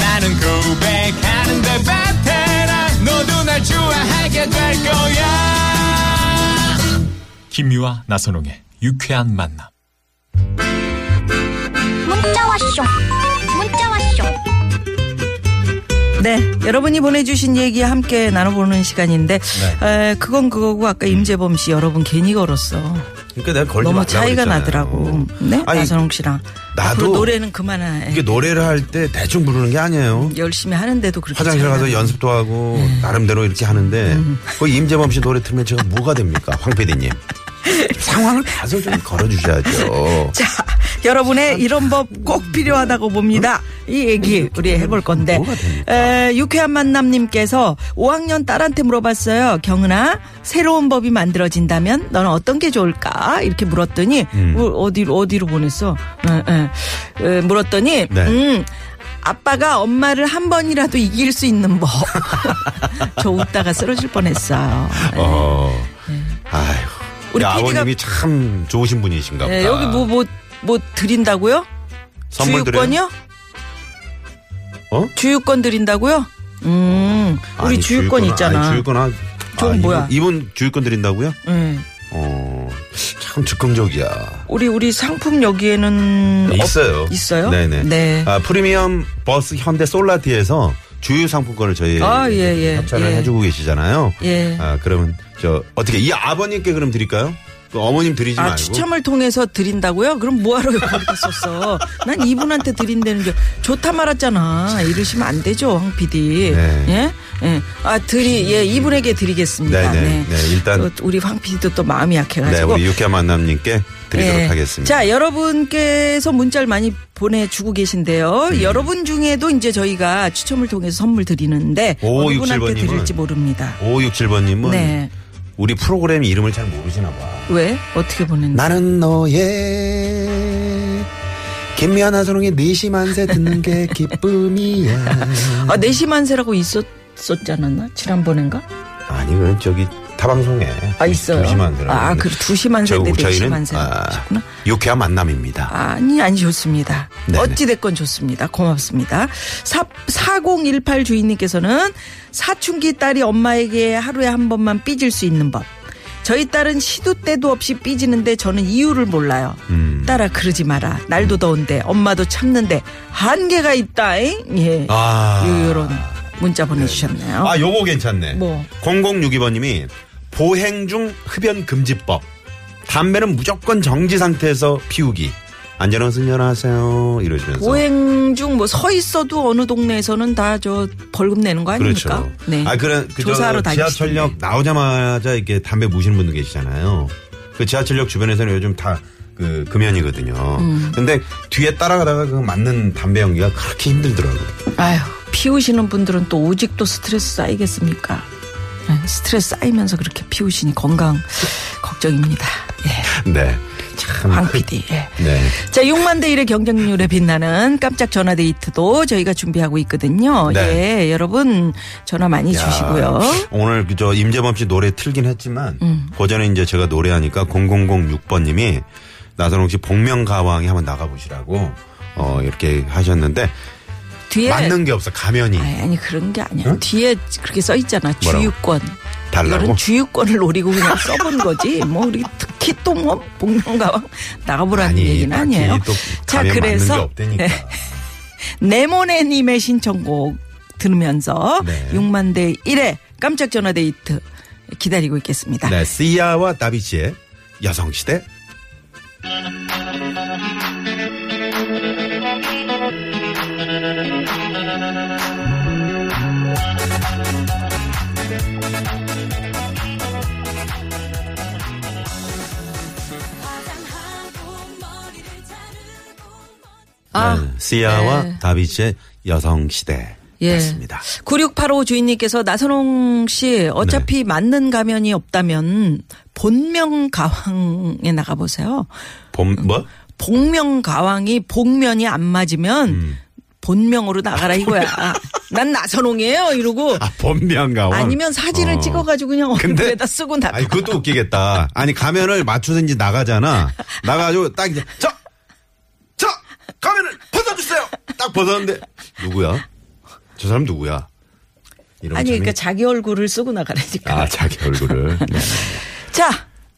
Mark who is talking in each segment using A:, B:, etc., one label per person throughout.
A: 나는 고백하는데 베테랑 너도 날 좋아하게 될 거야
B: 김미화 나선홍의 유쾌한 만남.
C: 문자 왔쇼. 문자 왔쇼.
D: 네, 여러분이 보내주신 얘기 함께 나눠보는 시간인데,
E: 네.
D: 에, 그건 그거고 아까 임재범 씨 여러분 괜히 걸었어.
E: 그러니까 내가 걸지
D: 너무
E: 음. 말라고
D: 차이가
E: 그랬잖아요.
D: 나더라고. 네,
E: 아니,
D: 나선홍 씨랑.
E: 나도
D: 앞으로 노래는 그만해.
E: 이게 노래를 할 때 대충 부르는 게 아니에요.
D: 열심히 하는데도 그렇게.
E: 화장실 가서
D: 차이가 나.
E: 연습도 하고
D: 네.
E: 나름대로 이렇게 하는데
D: 음.
E: 그 임재범 씨 노래 틀면 제가 뭐가 됩니까, 황 PD님? 상황을 봐서 좀 걸어주셔야죠.
D: 자, 여러분의 이런 법 꼭 필요하다고 봅니다. 이 얘기 우리 해볼 건데.
E: 음, 뭐가 됩니까?
D: 에, 유쾌한 만남님께서 5학년 딸한테 물어봤어요. 경은아, 새로운 법이 만들어진다면 너는 어떤 게 좋을까? 이렇게 물었더니,
E: 음.
D: 어, 어디로, 어디로 보냈어? 에, 에, 에, 물었더니,
E: 네.
D: 음, 아빠가 엄마를 한 번이라도 이길 수 있는 법. 저 웃다가 쓰러질 뻔했어요.
E: 어, 아휴.
D: 네. 우리 PD
E: 우리
D: 가-
E: 아버님이 참 좋으신 분이신가 보다.
D: 에, 여기 뭐, 뭐, 뭐 드린다고요?
E: 선물 드려요?
D: 주유권이요?
E: 어?
D: 주유권 드린다고요? 음, 우리
E: 아니,
D: 주유권, 있잖아.
E: 아니, 주유권 아,
D: 저건
E: 이분-
D: 뭐야?
E: 이분, 주유권 드린다고요?
D: 음,
E: 어, 참 즉흥적이야.
D: 우리 우리 상품 여기에는 없-
E: 네, 있어요.
D: 있어요?
E: 네네.
D: 네.
E: 아, 프리미엄 버스 현대 솔라티에서 주유 상품권을 저희
D: 아, 예, 예.
E: 협찬을
D: 예.
E: 해주고 계시잖아요.
D: 예.
E: 아, 그러면 저 어떻게 이 아버님께 그럼 드릴까요? 그 어머님 드리지
D: 아,
E: 말고.
D: 추첨을 통해서 드린다고요? 그럼 뭐하러 여기다 썼어? 난 이분한테 드린다는 게 좋다 말았잖아. 이러시면 안 되죠, 황 PD.
E: 네.
D: 예? 예. 아, 드리, 예, 이분에게 드리겠습니다.
E: 네네. 네, 일단-
D: 또 우리 황 PD도 또 마음이
E: 네,
D: 약해가지고.
E: 우리 유쾌한 만남님께 드리도록
D: 예.
E: 하겠습니다.
D: 자, 여러분께서 문자를 많이 보내주고 계신데요.
E: 음.
D: 여러분 중에도 이제 저희가 추첨을 통해서 선물 드리는데
E: 오,
D: 어느 분한테
E: 육칠 번님은?
D: 드릴지 모릅니다.
E: 5567번님은
D: 네.
E: 우리 프로그램 이름을 잘 모르시나 봐.
D: 왜? 어떻게 보냈나?
E: 나는 너의 김미아 나선홍의 네시 만세 듣는 게 기쁨이야.
D: 아, 내시만세라고 있었었지 않았나? 지난번엔가?
E: 아니, 그건 저기 타방송에.
D: 아, 있어요.
E: 두시만세라고.
D: 아, 그 두시만세인데
E: 저희는 아,
D: 내시만세구나.
E: 유쾌한 만남입니다.
D: 아, 니안 좋습니다.
E: 네네.
D: 어찌됐건 좋습니다. 고맙습니다. 사, 4018 주인님께서는 사춘기 딸이 엄마에게 하루에 한 번만 삐질 수 있는 법. 저희 딸은 시도 때도 없이 삐지는데 저는 이유를 몰라요.
E: 음.
D: 딸아, 그러지 마라. 날도 더운데, 엄마도 참는데, 한계가 있다잉? 예.
E: 아.
D: 요런 문자 보내주셨네요.
E: 아, 요거 괜찮네.
D: 어? 뭐?
E: 0062번님이 보행 중 흡연 금지법. 담배는 무조건 정지 상태에서 피우기. 안전한 운전하세요. 이러시면서.
D: 보행 중 뭐 서 있어도 어느 동네에서는 다 저 벌금 내는 거 아닙니까? 네.
E: 그렇죠. 아, 그런 그저
D: 조사하러 다니시던데.
E: 지하철역 나오자마자 이렇게 담배 무시는 분들 계시잖아요. 그 지하철역 주변에서는 요즘 다 그 금연이거든요.
D: 음.
E: 근데 뒤에 따라가다가 그 맞는 담배 연기가 그렇게 힘들더라고요.
D: 아유, 피우시는 분들은 또 오직도 스트레스 쌓이겠습니까? 네, 스트레스 쌓이면서 그렇게 피우시니 건강 걱정입니다. 예,
E: 네. 참.
D: 황 PD. 예.
E: 네.
D: 자, 6만 대 1의 경쟁률에 빛나는 깜짝 전화 데이트도 저희가 준비하고 있거든요.
E: 네.
D: 예, 여러분 전화 많이
E: 야,
D: 주시고요. 음.
E: 오늘 그저 임재범 씨 노래 틀긴 했지만 그 전에 이제 제가 노래하니까 0006번님이 나선홍 씨 복면가왕에 한번 나가보시라고 어 이렇게 하셨는데
D: 뒤에
E: 맞는 게 없어 가면이
D: 예. 아니, 아니, 그런 게 아니야. 뒤에 그렇게 써 있잖아.
E: 뭐라고?
D: 주유권.
E: 달라고?
D: 이거는 주유권을 노리고 그냥 써본 거지. 뭐 우리 특히 또뭐 복면가왕 나가보라는
E: 아니,
D: 얘기는
E: 딱히
D: 아니에요.
E: 또
D: 자
E: 가면
D: 그래서 네.
E: 맞는 게 없다니까.
D: 네모네님의 신청곡 들으면서
E: 네.
D: 6만 대 1의 깜짝 전화 데이트 기다리고 있겠습니다.
E: 네, 시아와 다비치의 여성시대.
D: 아,
E: 네, 시아와
D: 네. 아,
E: 네. 다비치의 여성시대.
D: 네. 예.
E: 그렇습니다.
D: 9685 주인님께서 나선홍 씨
E: 네.
D: 어차피 맞는 가면이 없다면 본명 가왕에 나가보세요.
E: 봄, 뭐?
D: 복명 가왕이 복면이 안 맞으면
E: 음.
D: 본명으로 나가라 이거야. 난 나선홍이에요 이러고
E: 아, 본명가
D: 아니면 사진을 찍어가지고 그냥 얼굴에다 쓰고 나가.
E: 아니, 그것도 웃기겠다. 아니, 가면을 맞추든지 나가잖아. 나가가지고 딱 이제, 저! 저! 가면을 벗어주세요! 딱 벗었는데, 누구야? 저 사람 누구야? 이런
D: 아니 그러니까 자기 얼굴을 쓰고 나가라니까.
E: 아, 자기 얼굴을. 네.
D: 자,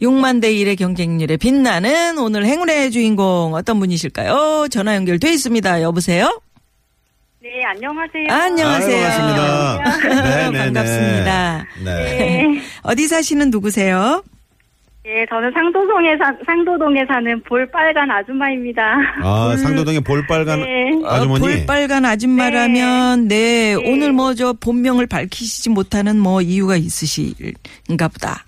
D: 6만 대 1의 경쟁률에 빛나는 오늘 행운의 주인공 어떤 분이실까요? 전화 연결돼 있습니다. 여보세요?
F: 네, 안녕하세요.
D: 안녕하세요.
E: 아유, 반갑습니다. 네네네.
D: 반갑습니다.
E: 네.
D: 어디 사시는 누구세요?
F: 예, 저는 상도동에 사, 상도동에 사는 볼빨간 아줌마입니다.
E: 아, 상도동의 볼빨간
F: 네.
E: 아주머니.
D: 어, 볼빨간 아줌마라면 네, 오늘 뭐 저 본명을 밝히시지 못하는 뭐 이유가 있으신가 보다.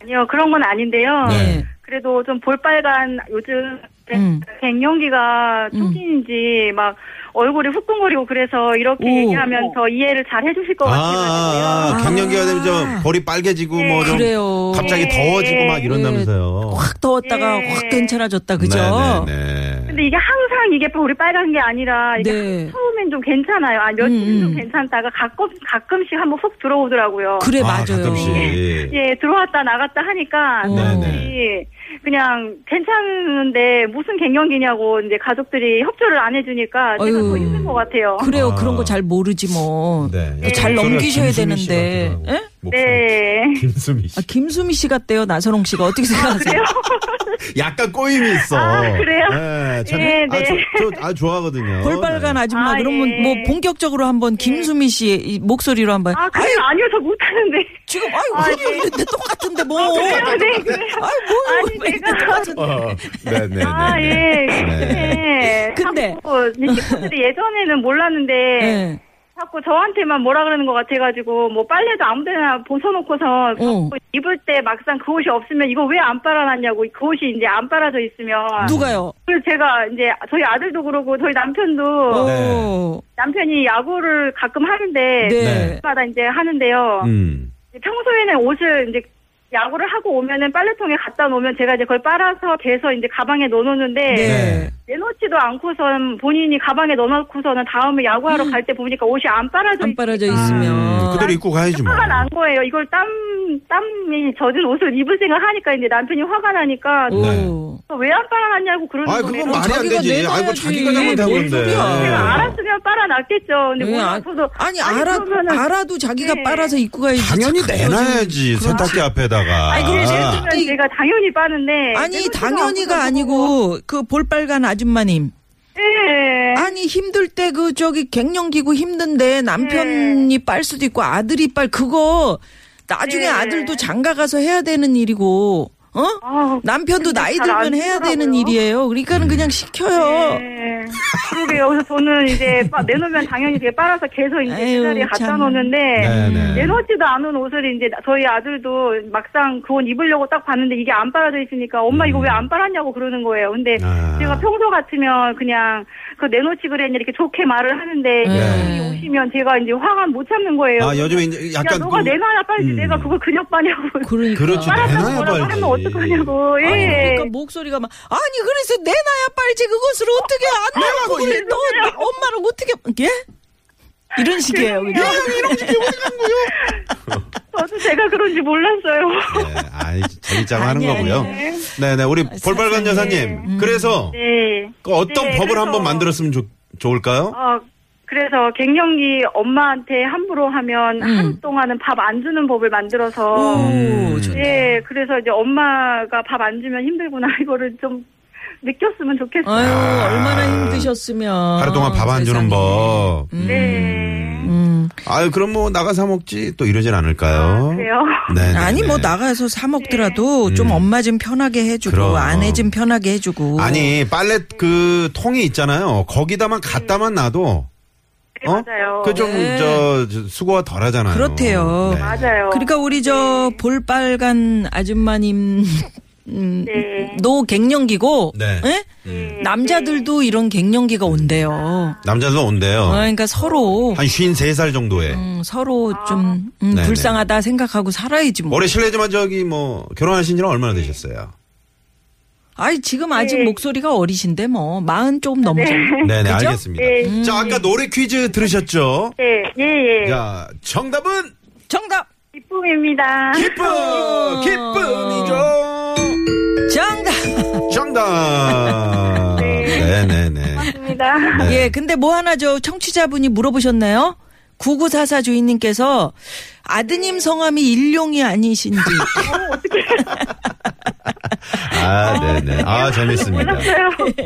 F: 아니요, 그런 건 아닌데요.
E: 네.
F: 그래도 좀 볼빨간 요즘
D: 음.
F: 갱년기가 초기인지 막 얼굴이 후끈거리고 그래서 이렇게
D: 오.
F: 얘기하면 더 이해를 잘 해주실 것
E: 아,
F: 같아가지고요.
E: 갱년기가 되면 좀 볼이 빨개지고 뭐 좀
D: 그래요. 네.
E: 갑자기 더워지고 막 이런다면서요.
D: 확 더웠다가
F: 네.
D: 확 괜찮아졌다 그죠?
E: 어. 네네네.
F: 근데 이게 항상 이게 볼이 빨간 게 아니라 이게
D: 네.
F: 처음엔 좀 괜찮아요. 아, 며칠은
D: 음.
F: 좀 괜찮다가 가끔 가끔씩 한번 훅 들어오더라고요.
D: 그래
E: 아,
D: 맞아요. 네.
E: 가끔씩. 네.
F: 예, 들어왔다 나갔다 하니까
D: 어.
F: 사람들이 그냥 괜찮은데 무슨 갱년기냐고 이제 가족들이 협조를 안 해주니까 제가
D: 어휴.
F: 더 힘든 것 같아요.
D: 그래요.
E: 아.
D: 그런 거 잘 모르지 뭐.
E: 네.
D: 잘
E: 목소리가
D: 넘기셔야
E: 김수미 씨
D: 되는데.
E: 같기도 하고.
D: 예?
E: 목소리.
F: 네.
E: 김수미 씨.
D: 아, 김수미 씨 같대요. 나선홍 씨가 어떻게 생각하세요?
E: 약간 꼬임이 있어.
F: 아, 그래요?
E: 네, 참,
F: 네,
E: 아,
F: 네.
E: 저, 저, 아, 좋아하거든요.
D: 볼빨간
E: 네.
D: 아줌마
F: 아,
D: 그러면
F: 예.
D: 뭐 본격적으로 한번 김수미 씨의 이 목소리로 한번
F: 아, 그래요? 아니요, 저 못하는데.
D: 지금 아유
F: 아,
D: 아니 근데 똑같은데 뭐
F: 그래요?
D: 아유
F: 네, 그래요? 아니,
D: 뭐
F: 제가-
D: 똑같은데
E: 어, 네네네.
F: 아, 예. 근데.
D: 근데.
F: 자꾸 이 친구들이 예전에는 몰랐는데.
D: 예.
F: 자꾸 저한테만 뭐라 그러는 것 같아가지고 뭐 빨래도 아무데나 벗어놓고서
D: 어.
F: 자꾸 입을 때 막상 그 옷이 없으면 이거 왜 안 빨아놨냐고 그 옷이 이제 안 빨아져 있으면
D: 누가요?
F: 그래서 제가 이제 저희 아들도 그러고 저희
E: 네.
D: 네.
F: 남편도
D: 오.
F: 남편이 야구를 가끔 하는데
D: 어. 네.
F: 마다 이제 하는데요.
E: 음.
F: 평소에는 옷을 이제 야구를 하고 오면은 빨래통에 갖다 놓으면 제가 이제 그걸 빨아서 개서 이제 가방에 넣어놓는데
D: 네.
F: 내놓지도 않고선 본인이 가방에 넣어놓고서는 다음에 야구하러 갈 때 보니까 옷이 안 빨아져
D: 안 빨아져
F: 있으니까
E: 음,
D: 있으면
E: 그대로 입고 가야지 뭐.
F: 화가 난 거예요. 이걸 땀 땀이 젖은 옷을 입을 생각하니까 이제 남편이 화가 나니까
E: 네.
D: 오.
F: 왜 안 빨아놨냐고 그러는
E: 아,
F: 거예요.
E: 그건 말이 네. 안
D: 자기가
E: 되지.
D: 내놔야지.
E: 아이고, 자기가 잘못한
D: 뭔
E: 건데. 예.
D: 소리야.
F: 제가 알았으면 빨아놨겠죠. 근데
D: 예, 아,
F: 몰라서도
D: 아니 알아
F: 그러면은
D: 알아도 자기가
F: 네.
D: 빨아서 입고 가야지
E: 당연히
D: 착한
E: 내놔야지. 세탁기 앞에다가.
F: 아니 그러면
D: 이-
F: 제가 당연히 빠는데
D: 거지. 아니
F: 내놓지도
D: 당연히가
F: 않고서
D: 아니고 그 볼빨간 아줌마님
F: 예.
D: 아니 힘들 때 그 저기 갱년기고 힘든데 남편이 빨 수도 있고 아들이 빨 그거 나중에
F: 네.
D: 아들도 장가 가서 해야 되는 일이고 어
F: 아우,
D: 남편도
F: 근데
D: 나이
F: 잘안
D: 들면 해야
F: 되더라고요.
D: 되는 일이에요 그러니까는 그냥 시켜요
F: 예. 그러게요. 그래서 저는 이제 빠- 내놓으면 당연히 되게 빨아서 계속 이제
D: 아유,
F: 그 자리에 갖다
D: 참.
F: 놓는데
E: 네네.
F: 내놓지도 않은 옷을 이제 저희 아들도 막상 그 옷 입으려고 딱 봤는데 이게 안 빨아져 있으니까 엄마 이거 왜 안 빨았냐고 그러는 거예요. 근데
E: 음. 아.
F: 제가 평소 같으면 그냥 그 내놓지 그랬냐 이렇게 좋게 말을 하는데
D: 네.
F: 오시면 제가 이제 화가 못 참는 거예요.
E: 아, 요즘에 이제
F: 야
E: 약간.
F: 너가
E: 그-
F: 내놔야 빨지
E: 음.
F: 내가 그걸 그냥 빠냐고
D: 그러니까
E: 그렇지.
F: 빨았다고
E: 내놔야
F: 뭐라고
E: 빨지.
F: 하면 어떡하냐고 예.
D: 아니, 그러니까 목소리가 막 아니 그래서 내놔야 빨지 그것을 어떻게 안 내라고 그래 너 엄마를 어떻게 예 이런 식이에요 그냥
F: 저도 제가 그런지 몰랐어요.
E: 네, 아이, 재밌자고 하는
D: 아니, 아니.
E: 거고요. 네네, 우리 볼빨간
D: 세상에. 음.
E: 여사님. 그래서
F: 네.
E: 그 어떤
F: 네,
E: 법을
F: 그래서-
E: 한번 만들었으면 좋, 좋을까요?
F: 어, 그래서 갱년기 엄마한테 함부로 하면 한동안은 밥 안 주는 법을 만들어서
D: 음.
E: 음.
D: 오, 좋-
F: 예, 그래서 이제 엄마가 밥 안 주면 힘들구나 이거를 좀 느꼈으면 좋겠어요.
D: 아유
E: 아.
D: 얼마나 힘드셨으면
E: 하루 동안 밥 안 주는
D: 아, 세상에.
E: 법.
F: 네.
D: 음.
E: 아유, 그럼 뭐 나가서 먹지 또 이러진 않을까요?
D: 아,
F: 그래요.
E: 네. 음.
D: 아니 뭐 나가서 사 먹더라도 좀 엄마 좀 편하게 해주고
E: 그럼.
D: 아내 좀 편하게 해주고
E: 아니, 빨래 그 통이 있잖아요. 거기다만 갖다만 놔도 어?
F: 네, 맞아요.
E: 그좀
D: 네.
E: 저 수고가 덜하잖아요. 네.
D: 그렇대요.
F: 맞아요.
D: 그러니까 우리 저 볼빨간 아줌마님
F: 네.
D: 노 갱년기고
E: 네.
D: 예? 남자들도 이런 갱년기가 온대요.
E: 남자도
D: 어,
E: 온대요.
D: 그러니까 서로
E: 한 53살 정도에.
D: 음, 서로 좀 음,
E: 아. 네네.
D: 불쌍하다 생각하고 살아야지 뭐.
E: 올해 실례지만 저기 뭐 결혼하신 지는 얼마나 되셨어요?
D: 아니 지금 아직
F: 네.
D: 목소리가 어리신데 뭐 마흔 조금 넘죠.
E: 네네
D: 그죠?
E: 알겠습니다.
F: 네.
E: 자 아까 노래 퀴즈 들으셨죠?
F: 네, 예, 예.
E: 자 정답은
D: 정답
F: 기쁨입니다.
D: 예.
E: 기쁨 기쁨이죠.
D: 정답.
E: 정답. 네네네.
F: 입니다.
D: 예, 근데 뭐 하나 저 청취자분이 물어보셨나요? 9944 주인님께서 아드님 성함이 일용이 아니신지.
E: 아 네네. 아 재밌습니다.
F: 네.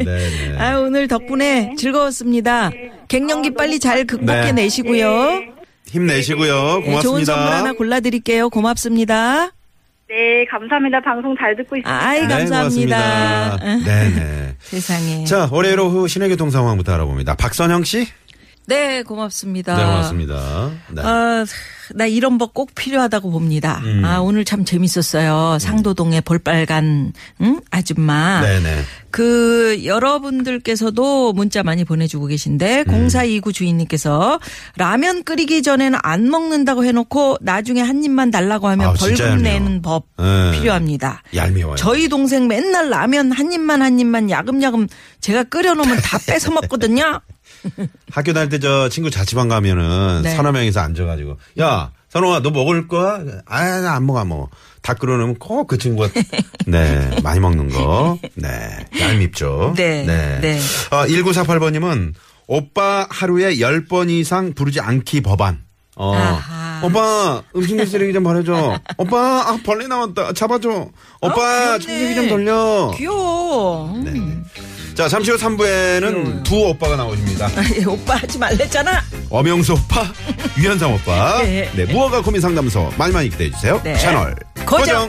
E: 네네.
D: 아, 오늘 덕분에 즐거웠습니다. 갱년기 빨리 잘 극복해
E: 아, 네.
D: 내시고요.
E: 힘내시고요.
D: 예, 좋은 선물 하나
E: 고맙습니다.
D: 골라드릴게요. 고맙습니다.
F: 네, 감사합니다. 방송 잘 듣고 있습니다.
D: 아이,
E: 네,
D: 감사합니다.
E: 고맙습니다. 네네.
D: 세상에.
E: 자 월요일 오후 신의교통 상황부터 알아봅니다. 박선영 씨. 아. 네
D: 네, 고맙습니다.
E: 고맙습니다. 네.
D: 아, 나 이런 법 꼭 필요하다고 봅니다.
E: 음.
D: 아, 오늘 참 재밌었어요. 상도동의 볼빨간, 응? 아줌마.
E: 네네.
D: 그 여러분들께서도 문자 많이 보내주고
E: 음.
D: 계신데 0429 주인님께서 라면 끓이기 전에는 안 먹는다고 해놓고 나중에 한 입만 달라고 하면
E: 아우, 진짜
D: 벌금
E: 얄미워.
D: 내는 법
E: 네.
D: 필요합니다.
E: 얄미워요.
D: 저희 동생 맨날 라면 한 입만 한 입만 야금야금 제가 끓여놓으면 다 뺏어 먹거든요.
E: 학교 다닐 때 저 친구 자취방 가면은
D: 네.
E: 서너 명이서 앉아가지고 야 선호아 너뭐 먹을 거야? 아안 나 먹어 안 먹어. 다 끓여놓으면 꼭 그 친구가 네 많이 먹는 거. 네 얄밉죠.
D: 네, 네.
E: 어, 1948번님은 오빠 하루에 10번 이상 부르지 않기 법안. 어.
D: 아하.
E: 오빠 음식물 쓰레기 좀 버려줘. 오빠 아 벌레 나왔다 잡아줘. 오빠
D: 아, 귀엽네.
E: 청소기 좀 돌려.
D: 귀여워.
E: 네, 네. 자 잠시 후 3부에는 두 오빠가 나오십니다.
D: 예, 오빠 하지 말랬잖아.
E: 엄영수 오빠, 유현상 오빠,
D: 네.
E: 네, 무허가 고민 상담소 많이 많이 기대해 주세요.
D: 네.
E: 채널
D: 고정.
E: 고정.